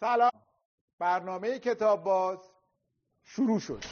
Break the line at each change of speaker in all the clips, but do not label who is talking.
سلام برنامه کتاب باز شروع شد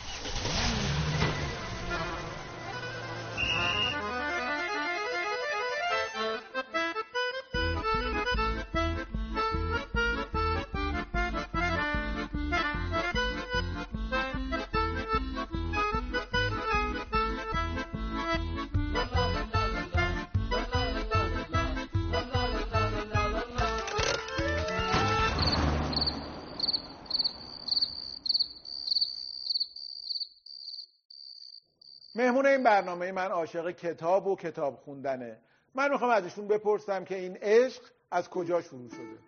مهمون این برنامه من عاشق کتاب و کتاب خوندنه من میخوام ازشون بپرسم که این عشق از کجا شروع شده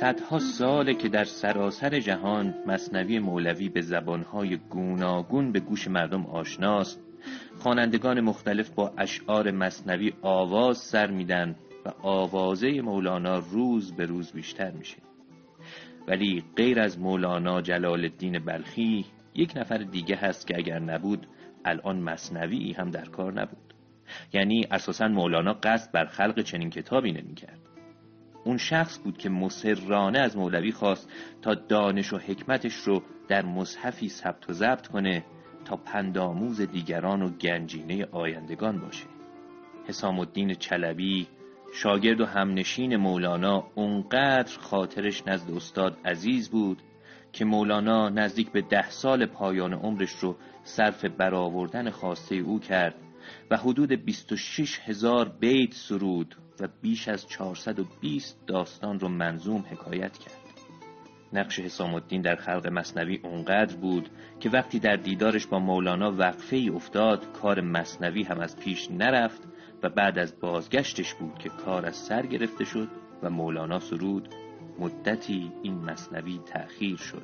صدها ساله که در سراسر جهان مصنوی مولوی به زبانهای گوناگون به گوش مردم آشناست خوانندگان مختلف با اشعار مصنوی آواز سر میدن و آوازه مولانا روز به روز بیشتر میشه ولی غیر از مولانا جلال الدین بلخی یک نفر دیگه هست که اگر نبود الان مصنوی هم در کار نبود یعنی اساسا مولانا قصد بر خلق چنین کتابی نمیکرد اون شخص بود که مصرانه از مولوی خواست تا دانش و حکمتش رو در مصحفی ثبت و ضبط کنه تا پندآموز دیگران و گنجینه آیندگان باشه حسام الدین چلبی شاگرد و همنشین مولانا اونقدر خاطرش نزد استاد عزیز بود که مولانا نزدیک به ده سال پایان عمرش رو صرف برآوردن خواسته او کرد و حدود 26 هزار بیت سرود و بیش از 420 داستان رو منظوم حکایت کرد. نقش حسام الدین در خلق مصنوی اونقدر بود که وقتی در دیدارش با مولانا وقفه ای افتاد کار مصنوی هم از پیش نرفت و بعد از بازگشتش بود که کار از سر گرفته شد و مولانا سرود مدتی این مصنوی تأخیر شد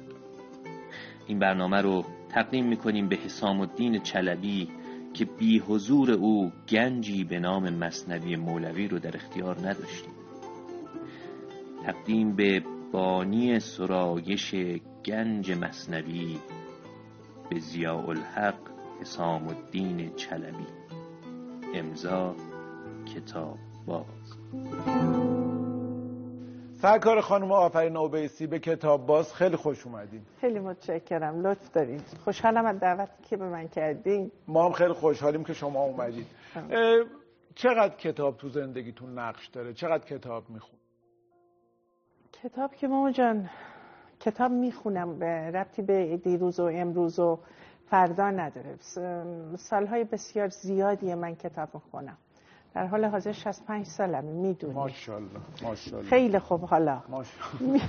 این برنامه رو تقدیم میکنیم به حسام الدین چلبی که بی حضور او گنجی به نام مصنوی مولوی رو در اختیار نداشتیم تقدیم به بانی سرایش گنج مصنوی به ضیاء الحق حسام الدین چلبی امضا کتاب باز
سرکار خانم آفرین اوبیسی به کتاب باز خیلی خوش اومدین
خیلی متشکرم لطف دارین خوشحالم از دعوتی که به من کردین
ما هم خیلی خوشحالیم که شما اومدید اه، چقدر کتاب تو زندگیتون نقش داره چقدر کتاب میخون
کتاب که ماما جان کتاب میخونم به ربطی به دیروز و امروز و فردا نداره س- سالهای بسیار زیادی من کتاب میخونم در حال حاضر 65 سالم میدونی
ماشاءالله خب، ماشاءالله
خیلی خوب حالا
ماشاءالله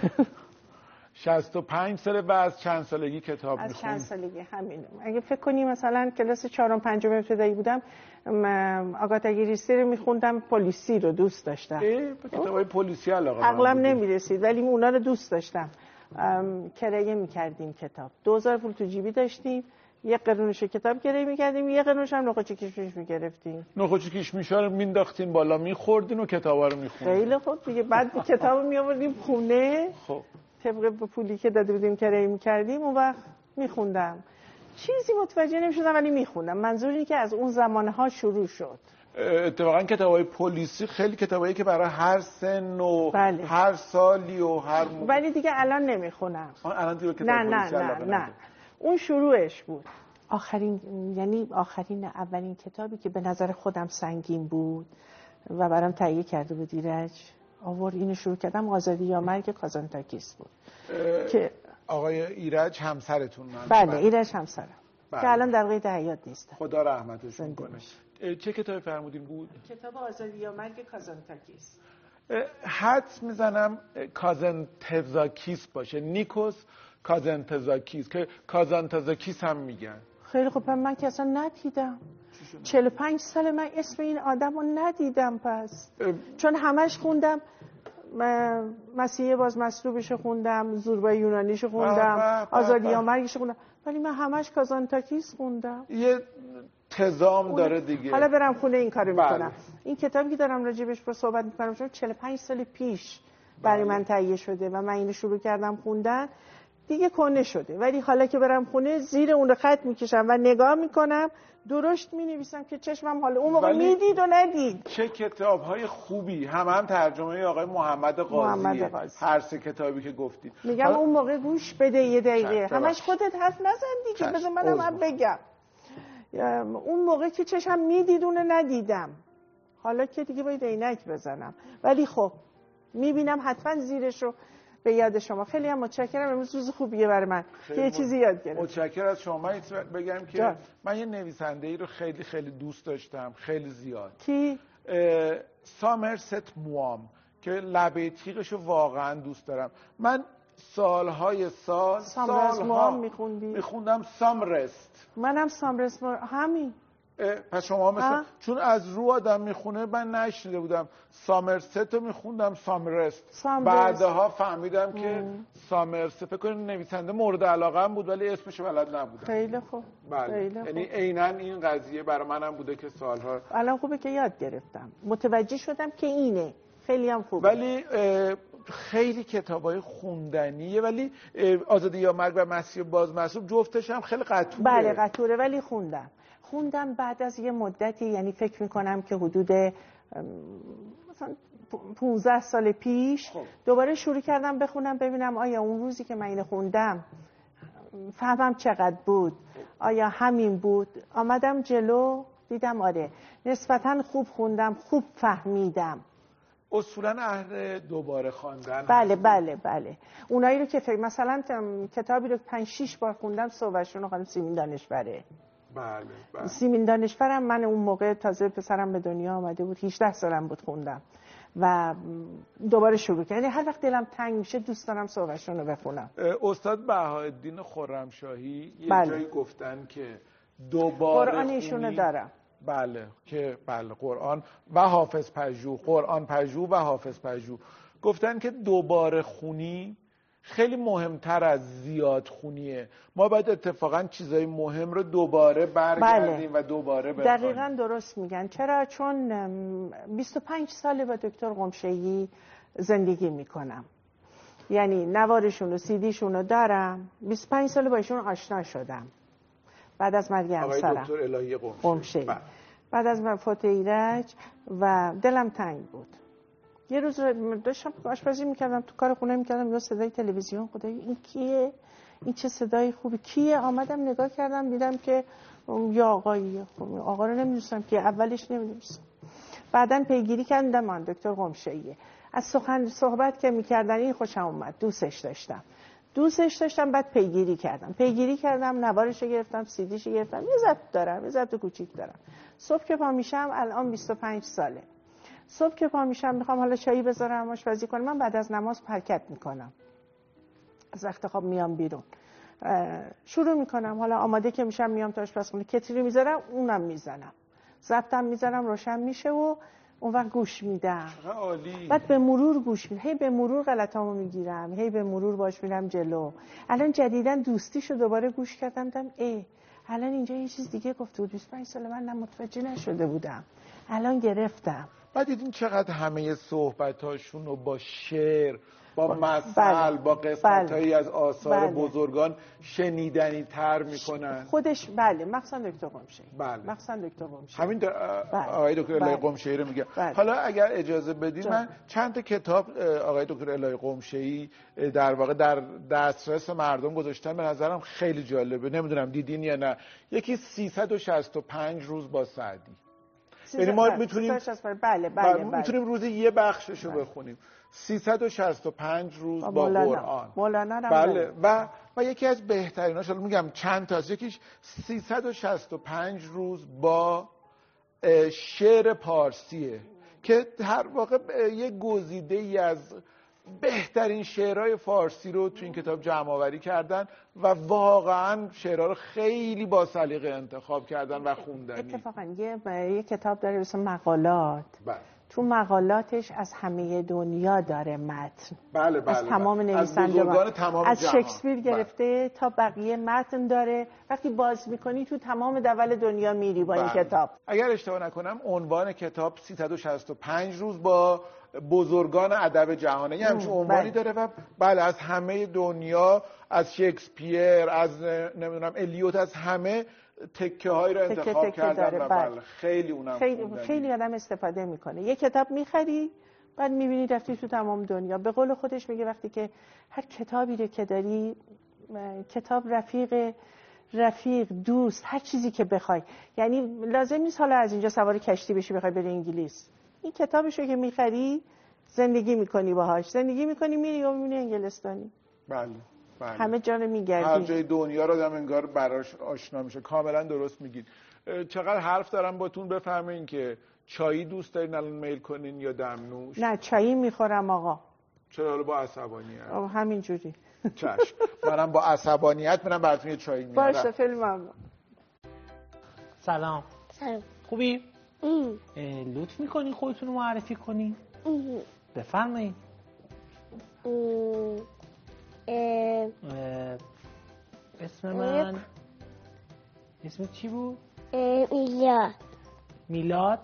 65 سال و از چند سالگی کتاب
از چند
میخونید
سالگی همین اگه فکر کنی مثلا کلاس چهارم پنجم ابتدایی بودم م- آگاتا گریسی رو میخوندم پلیسی رو دوست داشتم
ای، به کتاب های پلیسی علاقه من
عقلم
بودی.
نمیرسید ولی اونا رو دوست داشتم ام، کرایه میکردیم کتاب دوزار پول تو جیبی داشتیم یه قرونش رو کتاب کرایه میکردیم یه قرونش هم نقاچه کشمش میگرفتیم
نخوچی کشمیشا رو مینداختین بالا میخوردین و کتاب رو میخوندین
خیلی خوب دیگه بعد کتاب میآوردیم خونه
خب
طبق به پولی که داده بودیم کرایه میکردیم اون وقت میخوندم چیزی متوجه نمیشدم ولی میخوندم منظور اینه که از اون زمانه ها شروع شد
اتفاقا کتاب های پلیسی خیلی کتاب که برای هر سن و
بله.
هر سالی و هر م...
ولی دیگه الان نمیخونم
آه، الان دیگه کتاب
نه نه
پلیسی
نه
علاقه
نه
نداری.
اون شروعش بود آخرین یعنی آخرین نه، اولین کتابی که به نظر خودم سنگین بود و برام تهیه کرده بود ایرج آور اینو شروع کردم آزادی یا مرگ کازانتاکیس بود که
آقای ایرج همسرتون من
بله ایرج همسرم
بله.
که الان در قید حیات نیستم
خدا رحمتشون
زنده
کنه
باشه.
اه، چه کتابی فرمودین بود
کتاب آزادی یا مرگ کازانتاکیس
اه، حدس میزنم کازن تزاکیس باشه نیکوس کازن تزاکیس که کازن تزاکیس هم میگن
خیلی خوب من که اصلا ندیدم 45 سال من اسم این آدم رو ندیدم پس
اه،
چون همش خوندم م- مسیح باز مصلوبش رو خوندم زوربای یونانیش رو
به،
خوندم
به،
آزادی
به.
یا مرگش رو خوندم ولی من همش کازانتاکیس خوندم
یه تزام
اون-
داره دیگه
حالا برم خونه این کارو
بله.
میکنم این کتابی که دارم راجبش با صحبت میکنم
بله.
چون 45 سال پیش برای من تهیه شده و من اینو شروع کردم خوندن دیگه کنه شده ولی حالا که برم خونه زیر اون رو خط میکشم و نگاه میکنم درشت مینویسم که چشمم حالا اون موقع
ولی-
میدید و ندید
چه کتاب های خوبی هم هم ترجمه آقای محمد قاضیه
محمد قاضی.
هر سه کتابی که گفتید
میگم
حالا-
اون موقع گوش بده یه دقیقه
چشم،
همش
ببخشید.
خودت حرف نزن دیگه
چشم،
بذار منم
عذر
هم
میخوام.
بگم ام، اون موقع که چشم میدید اونو ندیدم حالا که دیگه باید عینک بزنم ولی خب میبینم حتما زیرش رو به یاد شما خیلی هم متشکرم امروز روز خوبیه برای من
خیلی
که یه
مت-
چیزی یاد گرفتم
متشکرم از شما من یه چیز بگم که
جان.
من یه نویسنده ای رو خیلی خیلی دوست داشتم خیلی زیاد
کی
اه، سامرست موام که لبه تیغش رو واقعا دوست دارم من سالهای سال
سامرس
سالها
موام می‌خوندی؟
میخوندم سامرست
منم سامرس مار... همین
اه، پس شما مثلا
ها؟
چون از رو آدم میخونه من نشنیده بودم سامرست رو میخوندم سامرست,
سامرست.
بعدها فهمیدم که سامرست فکر کنم نویسنده مورد علاقه هم بود ولی اسمش بلد نبودم
خیلی خوب
بله
خیلی خوب.
یعنی عینا این قضیه برای منم بوده که سالها
الان خوبه که یاد گرفتم متوجه شدم که اینه خیلی هم خوبه
ولی اه، خیلی کتاب های خوندنیه ولی اه، آزادی یا مرگ و مسیح باز مسئول جفتش هم خیلی قطوره
بله قطوره ولی خوندم خوندم بعد از یه مدتی یعنی فکر میکنم که حدود ام، مثلا 15 سال پیش
خب.
دوباره شروع کردم بخونم ببینم آیا اون روزی که من اینو خوندم فهمم چقدر بود آیا همین بود آمدم جلو دیدم آره نسبتا خوب خوندم خوب فهمیدم
اصولا اهل دوباره خواندن
بله
هست.
بله بله اونایی رو که فکر مثلا تم- کتابی رو 5 6 بار خوندم صحبتشون رو خانم سیمین دانشوره
بله بله
سیمین دانشورم من اون موقع تازه پسرم به دنیا آمده بود 18 سالم بود خوندم و دوباره شروع کردم یعنی هر وقت دلم تنگ میشه دوست دارم صحبتشون رو بخونم
اه، استاد بهاءالدین خرمشاهی یه
بله.
جایی گفتن که دوباره
قرآن ایشونو
خونی-
دارم
بله که بله قرآن و حافظ پژوه قرآن پژوه و حافظ پژوه گفتن که دوباره خونی خیلی مهمتر از زیاد خونیه ما باید اتفاقا چیزای مهم رو دوباره برگردیم
بله.
و دوباره بخونیم
دقیقا درست میگن چرا چون ام، 25 ساله با دکتر قمشهی زندگی میکنم یعنی نوارشون و سیدیشون رو دارم 25 ساله با ایشون آشنا شدم بعد از مرگ
آقای
همسرم
دکتر الهی قمشه
قمشه‌ای.
بله.
بعد از من فوت ایرج و دلم تنگ بود یه روز را- داشتم آشپزی میکردم تو کار خونه میکردم یا صدای تلویزیون خدای این کیه این چه صدای خوبی کیه آمدم نگاه کردم دیدم که ام، یا آقاییه خب آقا رو نمیدونستم که اولش نمیدونستم بعدا پیگیری کردم آن دکتر قمشهیه از سخن صحبت که میکردن این خوشم اومد دوستش داشتم دوستش داشتم بعد پیگیری کردم پیگیری کردم نوارش رو گرفتم سیدیش رو گرفتم یه ضبط دارم یه ضبط کوچیک دارم صبح که پا میشم الان 25 ساله صبح که پا میشم میخوام حالا چایی بذارم آشپزی کنم من بعد از نماز حرکت میکنم از وقت خواب میام بیرون اه، شروع میکنم حالا آماده که میشم میام تا آشپزخونه کتری میذارم اونم میزنم ضبطم میزنم روشن میشه و اون وقت گوش میدم
چقدر عالی
بعد به مرور گوش میدم هی به مرور غلطامو میگیرم هی به مرور باش میرم جلو الان جدیدا دوستیشو دوباره گوش کردم دیدم ای الان اینجا یه چیز دیگه گفته بود 25 سال من نه متوجه نشده بودم الان گرفتم
بعد دیدین چقدر همه صحبتاشون رو با شعر با مثل
بله.
با قسمت از آثار
بله.
بزرگان شنیدنی تر میکنن
خودش بله مخصوصا دکتر قمشه
بله.
مخصوصا دکتر قمشه
همین دا-
بله.
آقای دکتر الهی
بله.
قمشه‌ای رو میگم
بله.
حالا اگر اجازه بدید
جان.
من چند تا کتاب اه، آقای دکتر الهی قمشه‌ای اه، در واقع در دسترس مردم گذاشتن به نظرم خیلی جالبه نمیدونم دیدین یا نه یکی 365 روز با سعدی یعنی ما
بله،
میتونیم-
365 بله بله
بله
بله
میتونیم روزی یه بخشش رو بخونیم 365 روز
با
با
مولانا.
قرآن
مولانا رو هم
بله
داریم.
و و یکی از بهتریناش حالا میگم چند تا یکیش 365 روز با اه، شعر پارسیه که در واقع اه، یه گزیده ای از بهترین شعرهای فارسی رو تو این کتاب جمع آوری کردن و واقعا شعرها رو خیلی با سلیقه انتخاب کردن و خوندنی
اتفاقا یه, یه کتاب داره مثل مقالات
بله.
تو مقالاتش از همه دنیا داره متن
بله بله
از تمام
بله. از
نویسندگان
بزرگان تمام
از
جهان.
شکسپیر
بله.
گرفته تا بقیه متن داره وقتی باز میکنی تو تمام دول دنیا میری با این
بله.
کتاب
اگر اشتباه نکنم عنوان کتاب 365 روز با بزرگان ادب جهانه یه همچین
بله.
عنوانی داره و بله از همه دنیا از شکسپیر از نمیدونم الیوت از همه تکه هایی رو
تکه
انتخاب
تکه
کردن
داره،
و
بله.
بله خیلی اونم
خیلی,
خوندنیه.
خیلی آدم استفاده میکنه یه کتاب میخری بعد میبینی رفتی تو تمام دنیا به قول خودش میگه وقتی که هر کتابی رو که داری اه، کتاب رفیق رفیق دوست هر چیزی که بخوای یعنی لازم نیست حالا از اینجا سوار کشتی بشی بخوای بری انگلیس این کتابش رو که میخری زندگی میکنی باهاش زندگی میکنی میری و میبینی انگلستانی
بله بله
همه جا رو
هر
میگردی
جای دنیا رو آدم انگار براش آشنا میشه کاملا درست میگید اه، چقدر حرف دارم باتون بفهمین که چایی دوست دارین الان میل کنین یا دمنوش
نه چایی میخورم آقا
چرا حالا با عصبانیت
آه، همینجوری
چشم منم با عصبانیت منم براتون یه چایی میارم
باشه خیلی ممنون
سلام
سلام
خوبی؟
ام.
اه، لطف میکنی خودتون رو معرفی کنی؟
ام.
بفرمایید
ام. ام.
اه، اسم من اسم چی بود؟
ام. ایلیا
میلاد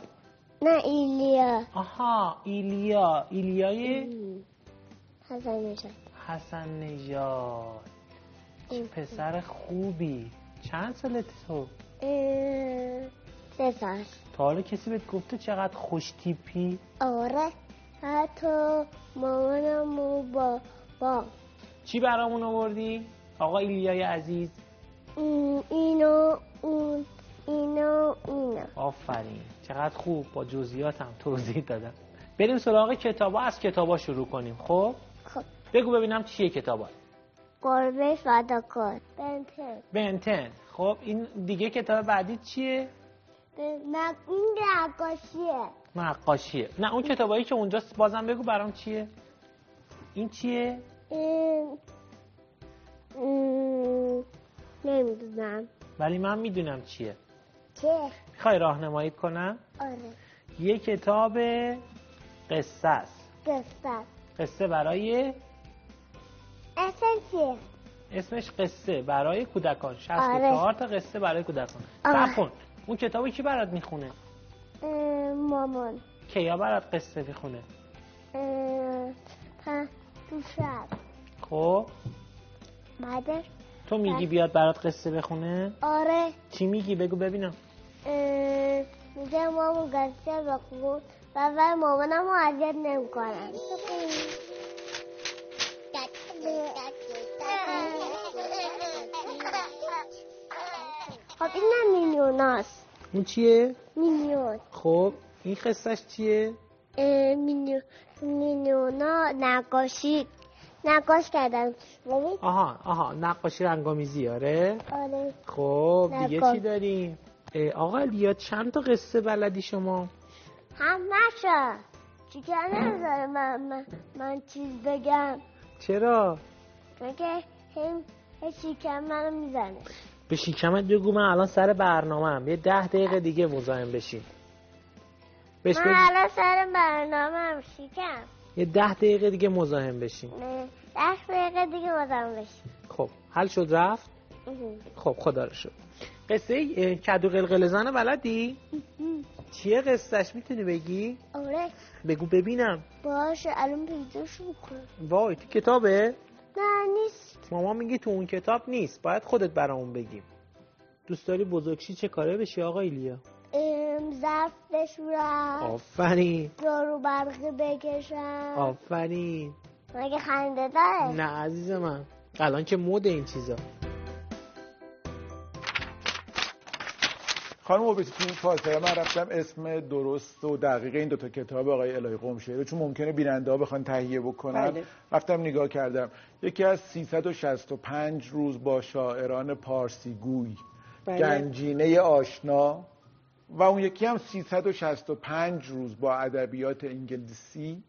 نه ایلیا
آها ایلیا ایلیای
Mm. حسن میشن
حسن نژاد چه
ام.
پسر خوبی چند سالت تو؟
ام. سه سال
تا حالا کسی بهت گفته چقدر خوش تیپی؟
آره حتی مامانم و با با
چی برامون آوردی؟ آقا ایلیای عزیز
ام. اینو اون اینو اینا
آفرین چقدر خوب با جزئیاتم توضیح دادم بریم سراغ کتابا از کتابا شروع کنیم خب
خب
بگو ببینم چیه کتابا
گربه فداکار بنتن
بنتن خب این دیگه کتاب بعدی چیه
نه این رقاشیه
نقاشیه نه اون کتابایی که اونجاست بازم بگو برام چیه این چیه
ام. ام. نمیدونم
ولی من میدونم چیه
چه
میخوای راهنمایی کنم
آره
یه کتاب قصه است
قصد
قصه برای
اصلا چیه
اسمش قصه برای کودکان 64
آره.
تا قصه برای کودکان
آره.
نخون اون کتابو کی برات میخونه
ام، مامان
کیا برات قصه میخونه
ام، پ- تو شب
خب
بعدش
تو میگی
بله.
بیاد برات قصه بخونه
آره
چی میگی بگو ببینم
ام، میگه مامو قصه بخون و اول مامانم رو اذیت نمیکنم خب این هم میلیون هست
اون چیه
میلیون
خب این قصهش چیه
اه، میلیون میلیونا نقاشی نقاش کردن ببین
آها آها نقاشی رنگامیزی آره
آره
خب دیگه
نقاش.
چی داریم اه، آقا لیا چند تا قصه بلدی شما
هم نشه چیکار نمیذاره من, من, من چیز بگم
چرا
چون که هم هیچی که من میزنه
به شیکمت بگو من الان سر برنامه یه ده دقیقه دیگه مزاحم بشی بهش
من
بگو
الان سر برنامه هم شکم
یه ده دقیقه دیگه مزاحم بشی
نه، ده دقیقه دیگه بازم بشی
خب حل شد رفت خب خدا رو شد قصه اه، کدو قلقل زن بلدی؟ چیه قصهش میتونی بگی؟
آره
بگو ببینم
باشه الان پیداش میکنم
وای تو کتابه؟
نه نیست
ماما میگی تو اون کتاب نیست باید خودت برامون بگیم دوست داری بزرگشی چه کاره بشی آقا ایلیا؟
ام، ظرف
Oh.
بشورم
آفرین
دارو برقی بکشم
آفرین
مگه خنده داره
نه عزیز من الان که مد این چیزا
خانم اوبیسی تو این فاصله من رفتم اسم درست و دقیق این دوتا کتاب آقای الهی قمشهری رو، چون ممکنه بیننده ها بخوان تهیه بکنن
بله.
رفتم نگاه کردم یکی از 365 روز با شاعران پارسی گوی
بله.
گنجینه آشنا و اون یکی هم 365 روز با ادبیات انگلیسی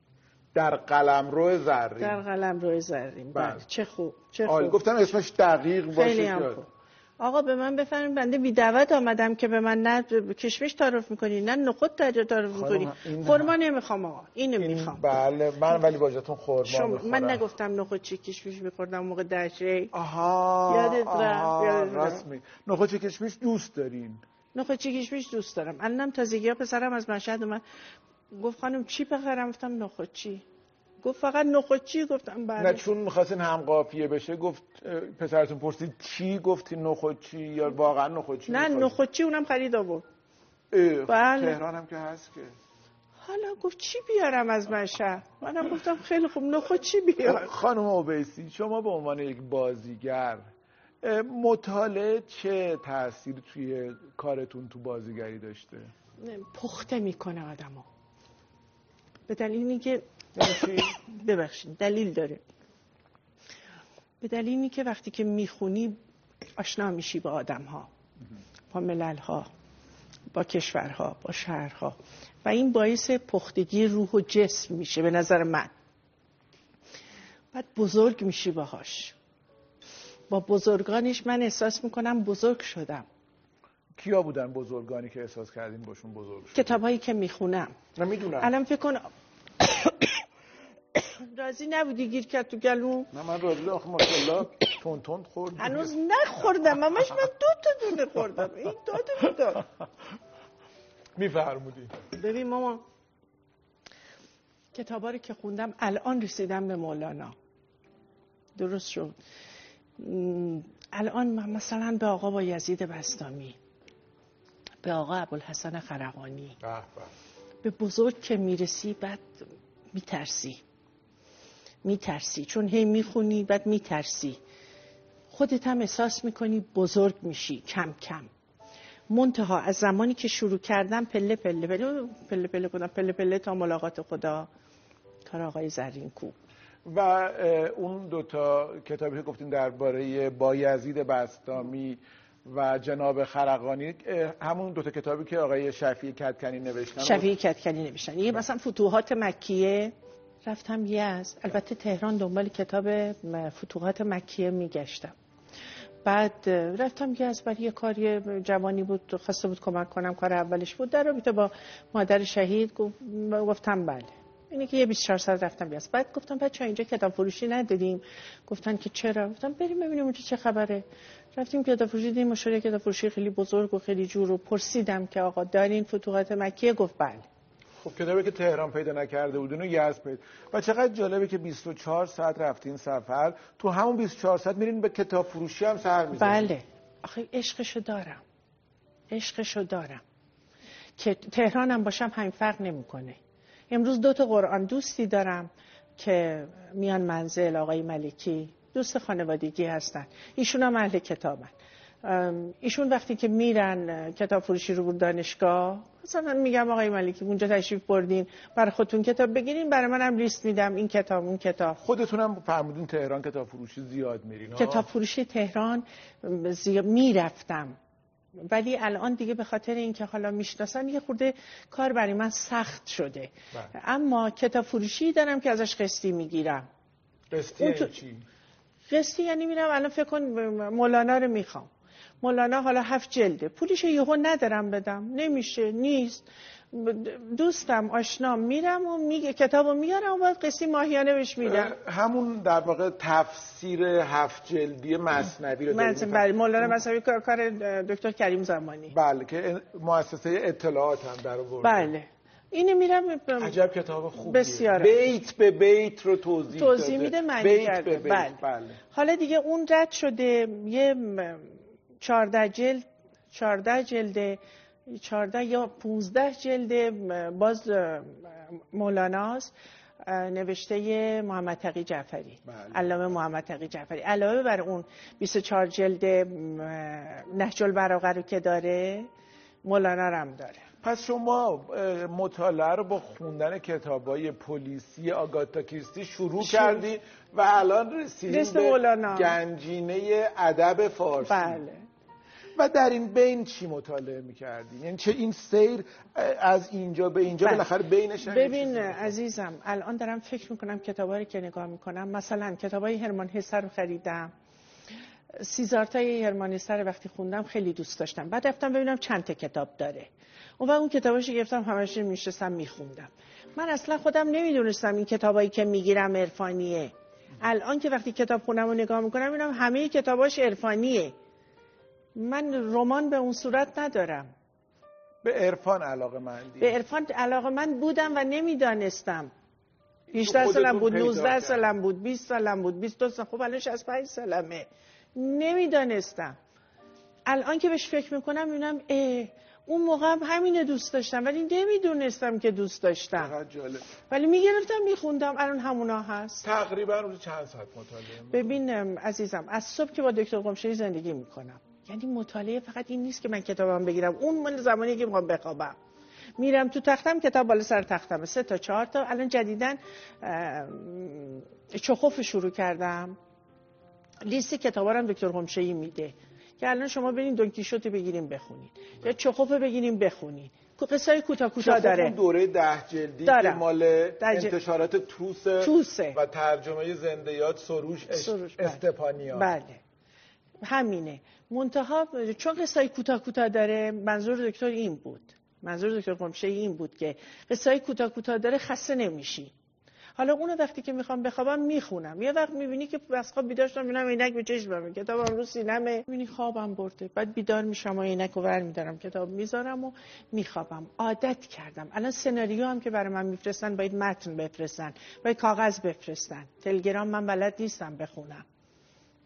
در قلمرو زرین
در قلم روی زرین
بله.
بله. چه خوب چه
آره
خوب
گفتم اسمش دقیق باشه
خیلی هم
که-
خوب
آقا به من بفرمایید بنده بی دعوت آمدم که به من نه کشمش تعارف میکنی نه نخود تعارف میکنی
این-
خورما نمیخوام آقا اینو
این
میخوام
بله من ولی باجتون خورما
شما من
بخورم.
نگفتم نخود چی کشمش میخوردم موقع دهشه
آها
یادت رفت،
آها،
یادت رفت.
راست می نخود چه کشمش دوست دارین
نخود چی کشمش دوست دارم الانم تازگی ها پسرم از مشهد اومد گفت خانم چی بخرم گفتم نخود چی گفت فقط نخود چی گفتم
نه
بله
چون میخواستین هم قافیه بشه گفت اه، پسرتون پرسید چی گفتی نخود چی یا واقعا نخود چی
نه
می‌خوای؟
نخود چی اونم خرید آورد
اه،
بله.
تهران هم که هست که
حالا گفت چی بیارم از مشهد منم گفتم خیلی خوب نخود چی بیارم
خانم اوبیسی شما به عنوان یک بازیگر اه، مطالعه چه تاثیری توی کارتون تو بازیگری داشته
پخته میکنه آدمو به دلیل اینکه
یعنی چی؟
ببخشید دلیل داره به دلیل اینکه وقتی که میخونی آشنا میشی با آدم ها با ملل ها با کشورها با شهرها و این باعث پختگی روح و جسم میشه به نظر من بعد بزرگ میشی باهاش با بزرگانش من احساس میکنم بزرگ شدم
کیا بودن بزرگانی که احساس کردین باشون بزرگ شد
کتابایی که میخونم
نه میدونم
الان فکر کن راضی نبودی گیر کرد تو گلوم
نه من راضی آخه ماشاءالله تون تون خورد
هنوز نخوردم همش من دو تا دونه خوردم این دو تا داد
میفرمودی
ببین ماما کتابا رو که خوندم الان رسیدم به مولانا درست شد م، الان من مثلا به آقا با یزید بستامی به آقا ابوالحسن خرقانی
به به
به بزرگ که میرسی بعد میترسی میترسی چون هی میخونی بعد میترسی خودت هم احساس میکنی بزرگ میشی کم کم منتها از زمانی که شروع کردم پله پله پله پله پله کنم پله پله تا ملاقات خدا کار آقای زرین کو
و اه، اون دوتا کتابی که گفتین درباره بایزید بستامی و جناب خرقانی اه، همون دوتا کتابی که آقای شفیع کدکنی نوشتن
شفیعی کتکنی نوشتن یه مثلا فتوحات مکیه رفتم یزد البته تهران دنبال کتاب م- فتوحات مکیه میگشتم بعد اه، رفتم یزد برای یه کاری جوانی بود خواسته بود کمک کنم کار اولش بود در رابطه با مادر شهید گفت- گفتم بله اینه که یه 24 ساعت رفتم بیاس بعد گفتم بچه اینجا کتاب فروشی نداریم گفتن که چرا گفتم بریم ببینیم اونجا چه خبره رفتیم کتاب فروشی دیدیم مشتری کتاب فروشی خیلی بزرگ و خیلی جور و پرسیدم که آقا دارین فتوحات مکیه گفت بله
خب کتابی که تهران پیدا نکرده بود اونو یزد پیدا و چقدر جالبه که 24 ساعت رفتین سفر تو همون 24 ساعت میرین به کتاب فروشی هم سر میزنین
بله آخه عشقشو دارم عشقشو دارم که تهرانم باشم همین فرق نمیکنه امروز دو تا قرآن دوستی دارم که میان منزل آقای ملکی دوست خانوادگی هستن ایشون هم اهل کتابن ام، ایشون وقتی که میرن اه، کتاب فروشی رو بود دانشگاه مثلا میگم آقای ملکی اونجا تشریف بردین برای خودتون کتاب بگیرین برای منم لیست میدم این کتاب اون کتاب
خودتونم فرمودین تهران کتاب فروشی زیاد میرین ها؟
کتاب فروشی تهران زی... میرفتم ولی الان دیگه به خاطر اینکه حالا میشناسم یه خورده کار برای من سخت شده
بله.
اما کتاب فروشی دارم که ازش قسطی میگیرم
قسطی
اون
یعنی
تو-
چی؟
قسطی یعنی میرم الان فکر کن مولانا رو میخوام مولانا حالا هفت جلده پولش یهو ندارم بدم نمیشه نیست دوستم آشنام میرم و میگه کتابو میارم و باید قسطی ماهیانه بهش میدم
اه، همون در واقع تفسیر هفت جلدی مصنوی رو داریم
من بله مولانا مذهبی کار کار دکتر کریم زمانی
بله که مؤسسه اطلاعات هم در آورده
بله اینو میرم ب-
عجب کتاب خوبیه
بسیار.
بیت به بیت رو توضیح
توضیح
داده.
میده معنی
بیت
کرده.
به بیت
بله.
بله
حالا دیگه اون رد شده یه م- 14 جلد 14 جلد 14 یا 15 جلد م- باز اه، مولاناست اه، نوشته ی محمد تقی جعفری
بله.
علامه محمد تقی جعفری علاوه بر اون 24 جلد م، نهج البلاغه رو که داره مولانا رو هم داره
پس شما اه، مطالعه رو با خوندن کتابای پلیسی آگاتا کریستی شروع کردی و الان رسیدیم
مثل
به
مولانا.
گنجینه ادب فارسی
بله
و در این بین چی مطالعه میکردین یعنی چه این سیر اه، از اینجا به اینجا
بله.
بالاخره بینش هم یه
ببین
چیزی
عزیزم الان دارم فکر میکنم کتابایی که نگاه میکنم مثلا کتابای هرمان هسه رو خریدم سیزارتای هرمانیسه رو وقتی خوندم خیلی دوست داشتم بعد رفتم ببینم چند تا کتاب داره اون وقت اون کتاباشو گرفتم همش میشستم میخوندم من اصلا خودم نمیدونستم این کتابایی که میگیرم عرفانیه الان که وقتی کتاب خونم رو نگاه میکنم اینم همه کتاباش عرفانیه من رمان به اون صورت ندارم
به عرفان علاقه مندی
به عرفان علاقه من بودم و نمیدانستم
تو
18
خودتون
سالم بود
پیدا
19
کرد.
سالم بود 20 سالم بود 22 سالم خب الان 65 سالمه نمیدانستم الان که بهش فکر میکنم میبینم اه اون موقع هم همینه دوست داشتم ولی نمیدونستم که دوست داشتم
چقدر جالب
ولی میگرفتم میخوندم الان همونا هست
تقریبا روز چند ساعت مطالعه می‌کنی؟
ببینم عزیزم از صبح که با دکتر قمشری زندگی میکنم یعنی مطالعه فقط این نیست که من کتابم بگیرم اون مال زمانی که میخوام بخوابم میرم تو تختم کتاب بالا سر تختم سه تا چهار تا الان جدیدن چخوف شروع کردم لیست کتابا رو هم دکتر قمشری میده که الان شما برین دونکیشوتو بگیریم بخونید یا چخوف بگیریم بخونید قصه های کوتاه
چون
کوتاه
خب
داره
اون دوره ده جلدی که
دارم.
مال
جلد.
انتشارات توسه,
توسه.
و ترجمه زنده یاد سروش, اش...
سروش، بله.
استپانیان
بله همینه منتها چون قصه های کوتاه کوتاه داره منظور دکتر این بود منظور دکتر قمشه این بود که قصه های کوتاه کوتاه داره خسته نمیشی حالا اونو وقتی که میخوام بخوابم میخونم یه وقت میبینی که از خواب بیدار شدم میبینم عینک به چشممه کتابم رو سینمه میبینی خوابم برده بعد بیدار میشم و عینک رو برمیدارم کتاب میذارم و میخوابم عادت کردم الان سناریو هم که برای من میفرستن باید متن بفرستن باید کاغذ بفرستن تلگرام من بلد نیستم بخونم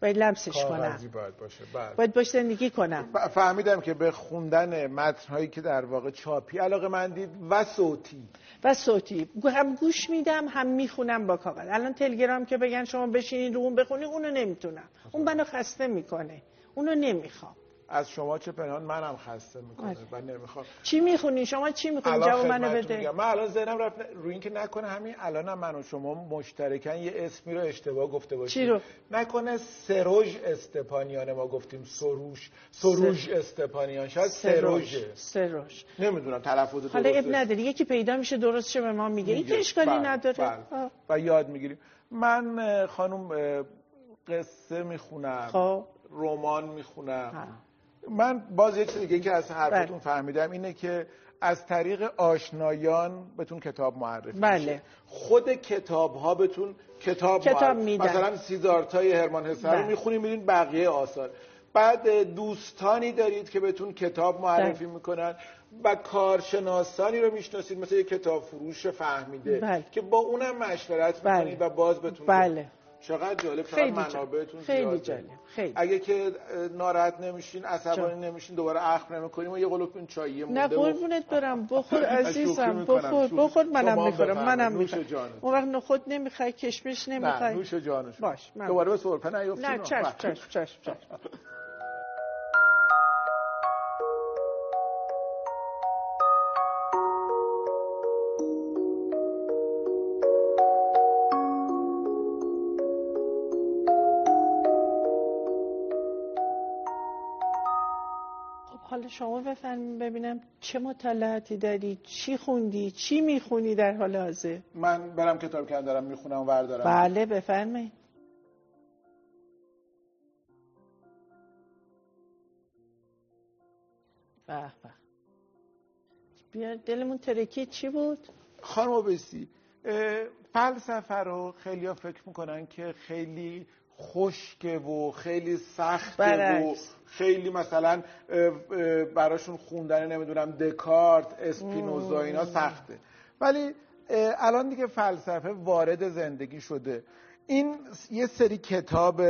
باید لمسش کنم
کاغذی باید باشه بله
باید باش زندگی کنم
ف- فهمیدم که به خوندن متنهایی که در واقع چاپی علاقه مندید و صوتی
و صوتی گو- هم گوش میدم هم میخونم با کاغذ الان تلگرام که بگن شما بشینین رو اون بخونی اونو نمیتونم اون منو خسته میکنه اونو نمیخوام
از شما چه پنهان منم خسته میکنه
آره.
و نمیخوام
چی میخونی شما چی میخونی
الان
خب، جواب منو
خدمتتون
بده
میگم من الان ذهنم رفت روی اینکه نکنه همین الانم من و شما مشترکن یه اسمی رو اشتباه گفته باشیم
چی رو؟
نکنه سروژ استپانیان ما گفتیم سروش سروژ استپانیان شاید سروژ
سروش
نمیدونم تلفظ درست
حالا اب نداری یکی پیدا میشه درست شه به ما میگه این که اشکالی
بله،
نداره آه.
و یاد میگیریم من اه، خانم اه، قصه میخونم
خب
رمان میخونم
آه.
من باز یک چیز دیگه این که از حرفتون
بله.
فهمیدم اینه که از طریق آشنایان بهتون کتاب معرفی
بله.
میشه خود کتاب ها بهتون کتاب,
کتاب
معرفی-
میدن.
مثلا سیزارتای هرمان هسر
بله.
رو میخونیم میدین بقیه آثار بعد دوستانی دارید که بهتون کتاب معرفی
بله.
میکنن و کارشناسانی رو میشناسید مثل یه کتاب فروش فهمیده
بله.
که با اونم مشورت
بله.
میکنید و باز بهتون
بله
چقدر جالب چقدر
خیلی جالب.
منابعتون
خیلی
زیاده.
جالب. خیلی.
اگه که اه، ناراحت نمیشین عصبانی نمیشین دوباره اخم نمیکنیم و یه قلوب این چایی مونده
نه
و-
قربونت برم بخور
من شوخی
عزیزم
می‌کنم،
بخور
شوخی.
بخور
شما
منم
هم
میخورم
بفرمایید.
منم
نوش
میخورم
جانت.
اون وقت نخود نمیخوای کشمش
نه
نمیخوای
نوش جانش
باش، من-
دوباره به سرفه نیفتین
نه
و-
چشم
بله.
چشم چشم چشم خب حالا شما بفرمایید ببینم چه مطالعاتی داری چی خوندی چی میخونی در حال حاضر
من برم کتاب که دارم میخونم وردارم
بله بفرمایید به به بیا دلمون ترکید چی بود؟
خانم اوبسی اه، فلسفه رو خیلی ها فکر میکنن که خیلی خشکه و خیلی سخته
برعکس.
و خیلی مثلا اه، اه، براشون خوندن نمیدونم دکارت اسپینوزا اینا سخته ولی اه، الان دیگه فلسفه وارد زندگی شده این س- یه سری کتاب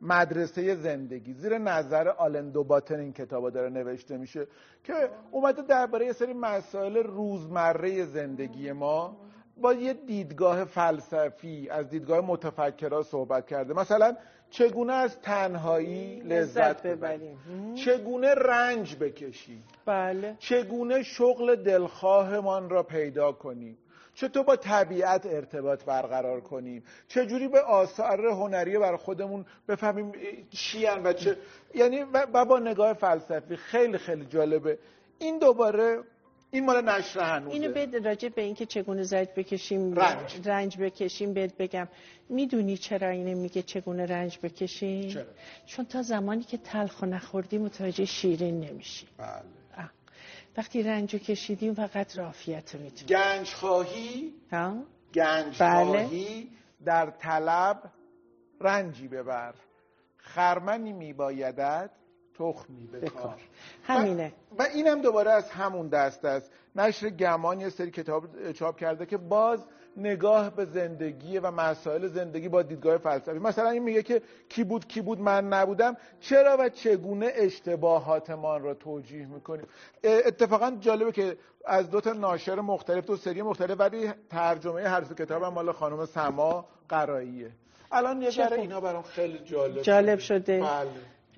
مدرسه زندگی زیر نظر آلن دوباتن این کتابا داره نوشته میشه که اومده درباره یه سری مسائل روزمره زندگی ما با یه دیدگاه فلسفی از دیدگاه متفکرها صحبت کرده مثلا چگونه از تنهایی لذت
لذت
ببریم
ببریم.
چگونه رنج بکشیم
بله
چگونه شغل دلخواهمان را پیدا کنیم چطور با طبیعت ارتباط برقرار کنیم چجوری به آثار هنری بر خودمون بفهمیم چی و چه یعنی و و با نگاه فلسفی خیلی خیلی جالبه این دوباره این مال نشر هنوزه
اینو بد راجع به اینکه چگونه زجر بکشیم
رنج.
بکشیم بهت بگم میدونی چرا اینه میگه چگونه رنج بکشیم
چرا؟
چون تا زمانی که تلخ و نخوردی متوجه شیرین نمیشی
بله.
آه. وقتی رنج رو کشیدیم فقط رافیت رو میتونی
گنج خواهی
ها؟
گنج
بله.
خواهی در طلب رنجی ببر خرمنی میبایدد تخمی بکار
بکار. همینه
و اینم دوباره از همون دست است نشر گمان یه سری کتاب چاپ کرده که باز نگاه به زندگی و مسائل زندگی با دیدگاه فلسفی مثلا این میگه که کی بود کی بود من نبودم چرا و چگونه اشتباهاتمان را توجیه میکنیم اتفاقا جالبه که از دو تا ناشر مختلف دو سری مختلف ولی ترجمه هر دو کتاب هم مال خانم سما قراییه الان یه
چه
ذره
خوب.
اینا برام خیلی جالب
جالب شده.
بله.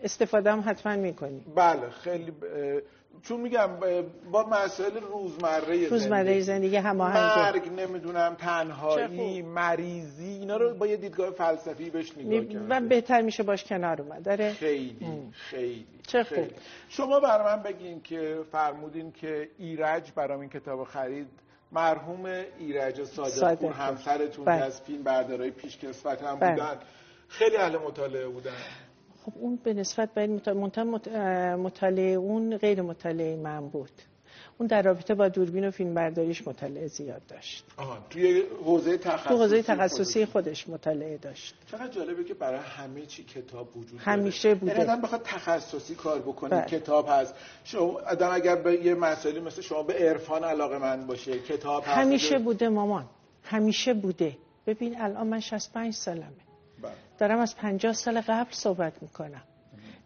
استفاده هم حتما میکنی
بله خیلی ب- اه، چون میگم اه، با مسائل روزمره
روزمره زندگی هماهنگ
مرگ نمیدونم تنهایی
چه
مریضی اینا رو با یه دیدگاه فلسفی بهش نگاه
و
کرده
بهتر میشه باش کنار اومد آره. داره
خیلی خیلی
چه
خیلی.
خوب.
شما بر من بگین که فرمودین که ایرج برام این کتاب خرید مرحوم ایرج صادقپور
صادقپور.
همسرتون که
بله.
از فیلم بردارای پیشکسوت هم
بله.
بودن خیلی اهل مطالعه بودن
خب اون به نسبت باید مطالعه اون غیر مطالعه من بود اون در رابطه با دوربین و فیلم برداریش مطالعه زیاد داشت
آها توی حوزه تخصصی
تو حوزه
خودشون.
تخصصی خودش مطالعه داشت
چقدر جالبه که برای همه چی کتاب وجود داره.
همیشه بوده.
یعنی آدم بخواد تخصصی کار بکنه
بله.
کتاب هست شما آدم اگر به یه مسئله مثل شما به عرفان علاقه من باشه کتاب هست
همیشه
بله.
بوده مامان همیشه بوده ببین الان من 65 سالمه
بله.
دارم از 50 سال قبل صحبت میکنم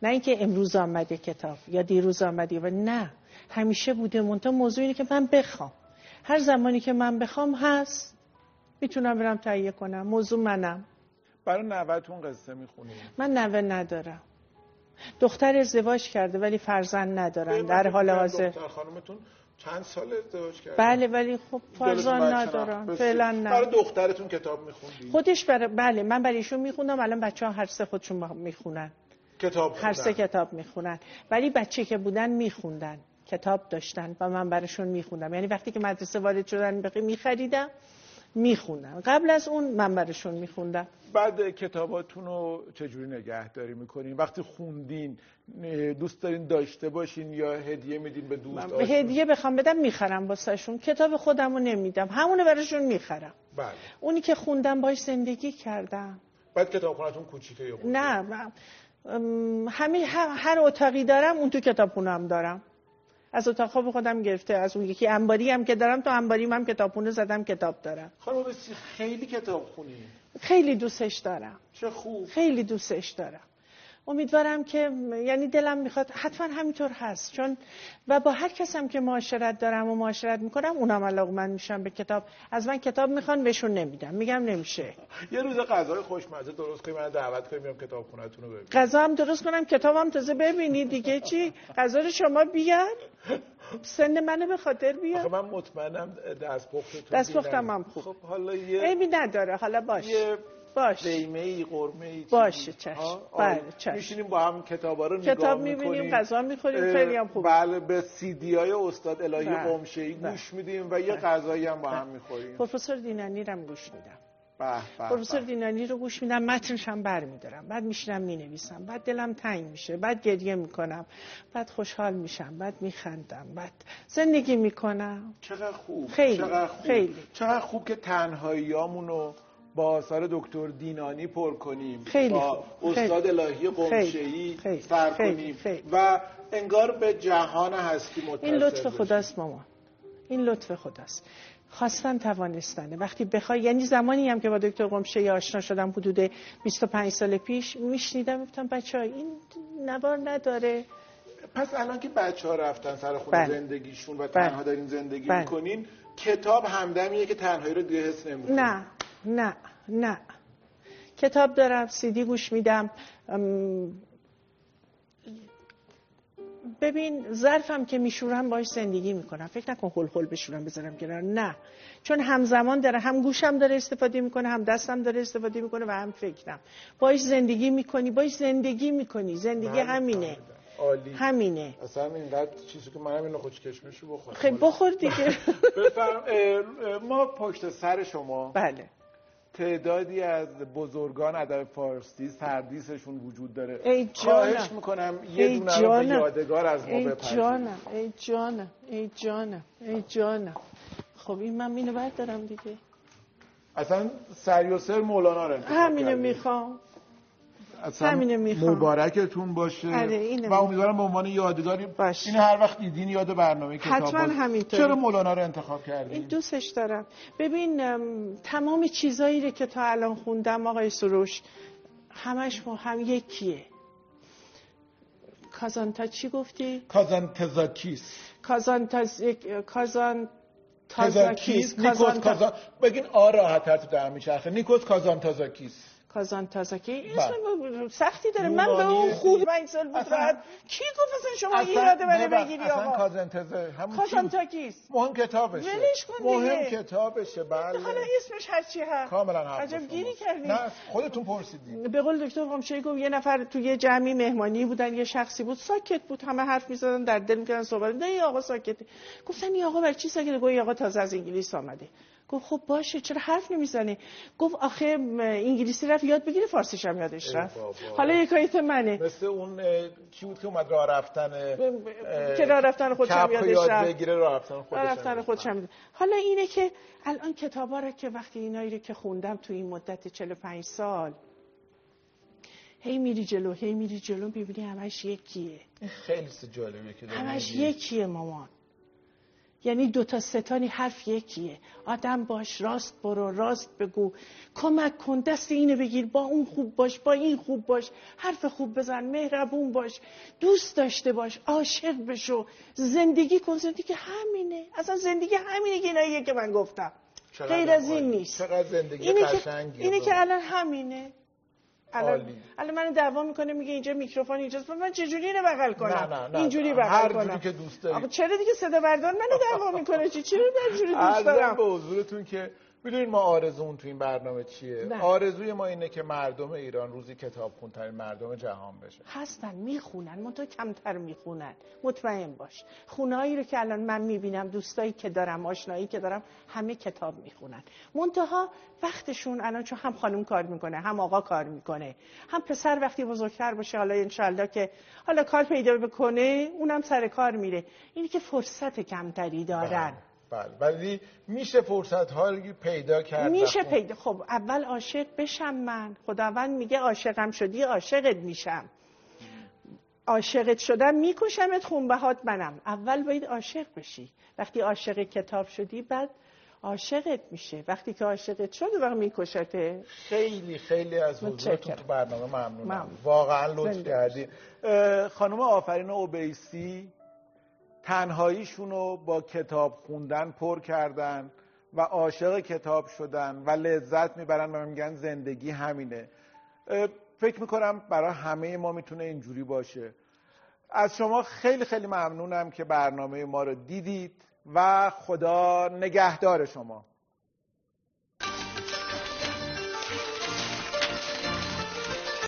نه اینکه امروز آمده کتاب یا دیروز آمده و نه همیشه بوده منتها موضوع اینه که من بخوام هر زمانی که من بخوام هست میتونم برم تهیه کنم موضوع منم
برای نوتون قصه میخونیم
من نوه ندارم دختر ازدواج کرده ولی فرزند ندارم در حال حاضر
بله. دختر خانمتون چند سال ازدواج کرده
بله ولی خب فرزند
دلتون بچه
ندارم
بسیار.
فعلا
برای
نه
دخترتون کتاب میخوندی
خودش بر... بله من برای ایشون میخونم الان بچه ها هر سه خودشون با- میخونن
کتاب
هر سه
خوندن.
کتاب میخونن ولی بچه که بودن میخوندن کتاب داشتن و من براشون میخوندم یعنی وقتی که مدرسه وارد شدن بقی میخریدم میخوندم قبل از اون من براشون میخوندم
بعد کتاباتون رو چجوری نگهداری میکنین وقتی خوندین دوست دارین داشته باشین یا هدیه میدین به دوست آشنا؟
هدیه بخوام بدم میخرم واسهشون کتاب خودم رو نمیدم همونو براشون میخرم
بله
اونی که خوندم باش زندگی کردم
بعد کتابخونه‌تون کوچیکه یا بزرگه؟
نه من- ام، همین هر, هر اتاقی دارم اون تو کتابخونه هم دارم از اتاق خواب خودم گرفته از اون یکی انباری هم که دارم تو انباریم هم کتابخونه زدم کتاب دارم
خانم بسی خیلی کتاب خونی
خیلی دوستش دارم
چه خوب
خیلی دوستش دارم امیدوارم که یعنی دلم میخواد حتما همینطور هست چون و با هر کسم که معاشرت دارم و معاشرت میکنم اونم علاقمند میشن به کتاب از من کتاب میخوان بهشون نمیدم میگم نمیشه
یه روز غذای خوشمزه درست کنی من دعوت کنی میام کتاب خونتون رو ببینم
غذا هم درست کنم کتابم تازه ببینی دیگه چی غذا رو شما بیار سن منو به خاطر
آخه
بیار
من مطمئنم دست پختتون
دستپختم هم خوب.
خب حالا یه
عیبی نداره حالا باش
یه
باش
دیمه ای قرمه ای
باشه،
چیزی.
چشم.
ها؟ آره.
بله، چشم.
میشینیم با هم کتابا رو نگاه
کتاب
می‌کنیم.
میبینیم غذا میخوریم
اه،
خیلی هم خوب
بله به سی دی های استاد الهی
بله.
قمشه ای
بله.
گوش میدیم و یه غذایی هم با هم میخوریم به
پروفسور دینانی رو هم گوش
بله.
میدم
به به.
پروفسور دینانی رو گوش میدم متنش هم برمیدارم بعد میشینم مینویسم بعد دلم تنگ میشه بعد گریه میکنم بعد خوشحال میشم بعد میخندم بعد زندگی میکنم
چقدر خوب
خیلی،
چقدر خوب
خیلی.
چقدر خوب که تنهاییامون رو با آثار دکتر دینانی پر کنیم
خیلی
با
خوب.
استاد الهی قمشه‌ای
خیلی، خیلی،
سر
خیلی،
کنیم
خیلی.
و انگار به جهان هستی متصل
این لطف
بشیم.
خداست مامان این لطف خداست خواستن توانستنه وقتی بخوای یعنی زمانی هم که با دکتر قمشه آشنا شدم حدود 25 سال پیش میشنیدم گفتم بچه این نوار نداره
پس الان که بچه ها رفتن سر خونه
بله.
زندگیشون و
بله.
تنها دارین زندگی
بله.
میکنین کتاب همدمیه که تنهایی رو دیگه حس نمی‌کنی.
نه نه نه کتاب دارم سیدی گوش میدم ام، ببین ظرفم که میشورم باش زندگی میکنم فکر نکن هول هول بشورم بذارم کنار نه چون همزمان داره هم گوشم داره استفاده میکنه هم دستم داره استفاده
بله،
میکنه و هم فکرم باش زندگی میکنی باش زندگی میکنی زندگی همینه
عالی
همینه
اصلا اینقدر چیزی که من اینو خوشکشمشو بخورم
خیلی بخور دیگه
بفرم اه، اه، ما پشت سر شما
بله
تعدادی از بزرگان ادب فارسی سردیسشون وجود داره
ای
خواهش
جانم
میکنم
ای
یه دونه رو به
جانم.
یادگار از ما
ای
بپذیرید
جانم ای جانم ای جانم ای جانم خب این من اینو بردارم دیگه
اصلا سریوسر مولانا رو انتخاب
همینو
کردیم.
میخوام
اصلا
همینو میخوام.
مبارکتون باشه
آره، اینو
و امیدوارم به عنوان یادگاری
باشه.
این هر وقت دیدین یاد برنامه کتاب
حتما
باز.
همینطوره.
چرا مولانا رو انتخاب کردین
این دوستش دارم ببین ام، تمام چیزایی رو که تا الان خوندم آقای سروش همش ما هم یکیه کازانتا چی گفتی؟
کازان تزاکیس
کازان کازان
تزاکیس نیکوس کازان بگین آ راحت تر تو در میچرخه نیکوس کازان تزاکیس
کازان تازاکی این
بله.
اسم سختی داره من به
یونانیه.
اون خوب پنج سال بود
اصلا-
راحت کی گفت اصلا شما این یاد منو
ببخش،
بگیری
اصلا
آقا
کازان تزا همون
کازان
چیز.
تاکیس
مهم کتابشه
ولش کن دیگه.
مهم کتابشه بله
حالا اسمش هرچی هست
کاملا حق
عجب
با
گیری
شماست.
کردی.
نه خودتون پرسیدید
به قول دکتر قمشهری گفت یه نفر تو یه جمعی مهمانی بودن یه شخصی بود ساکت بود همه حرف میزدن در دل میکردن صحبت نه این آقا ساکته گفتن این آقا برای چی ساکته گفت این آقا تازه از انگلیس آمده گفت خب باشه چرا حرف نمیزنی گفت آخه م، انگلیسی رفت یاد بگیره فارسیش هم یادش
ای
رفت
بابا.
حالا یکایت منه
مثل اون اه، کی بود که اومد راه رفتن
ب- ب- کنار رفتن خودشم
کپ رو
یادش
یاد
رفت.
بگیره راه رفتن خودش
راه رفتن خودشم می‌دونه. حالا اینه که الان کتابا رو که وقتی اینایی رو که خوندم تو این مدت 45 سال هی میری جلو هی میری جلو میبینی همش یکیه
خیلی چیز جالبیه که داری
همش
میگی.
یکیه مامان یعنی دوتا ستانی حرف یکیه آدم باش راست برو راست بگو کمک کن دست اینو بگیر با اون خوب باش با این خوب باش حرف خوب بزن مهربون باش دوست داشته باش عاشق بشو زندگی کن زندگی همینه اصلا زندگی همینه که ایناییه که من گفتم
چقدر
غیر از این
عالی.
نیست.
چقدر زندگی
اینه که,
قشنگیه
اینه
بابا.
که الان همینه الان
عالی.
الان من دعوا میکنه میگه اینجا میکروفون اینجاست من چجوری اینو بغل کنم
نه، نه، نه.
اینجوری بغل
هر
کنم
جوری که دوست داری.
آقا چرا دیگه صدا بردار منو دعوا میکنه چی چرا من جوری دوست
ارزم
دارم
به حضورتون که میدونید ما آرزومون تو این برنامه چیه
بله.
آرزوی ما اینه که مردم ایران روزی کتاب خونترین مردم جهان بشه
هستن میخونن منتها کمتر میخونن مطمئن باش خونهایی رو که الان من میبینم دوستایی که دارم آشنایی که دارم همه کتاب میخونن منتها وقتشون الان چون هم خانم کار میکنه هم آقا کار میکنه هم پسر وقتی بزرگتر باشه حالا انشالله که حالا کار پیدا بکنه اونم سر کار میره اینی که فرصت کمتری دارن
بله ولی میشه فرصت هایی پیدا کرد
میشه
وقتی-
پیدا خب اول عاشق بشم من خداوند میگه عاشقم شدی عاشقت میشم عاشقت شدم میکشمت خونبهات منم اول باید عاشق بشی وقتی عاشق کتاب شدی بعد عاشقت میشه وقتی که عاشقت شد وقت میکشته
خیلی خیلی از حضورتون
متشکرم.
تو برنامه ممنونم
ممنون.
واقعا لطف
زنده
کردی اه، خانم آفرین اوبیسی تنهاییشون رو با کتاب خوندن پر کردن و عاشق کتاب شدن و لذت میبرن و میگن زندگی همینه اه، فکر میکنم برای همه ما میتونه اینجوری باشه از شما خیلی خیلی ممنونم که برنامه ما رو دیدید و خدا نگهدار شما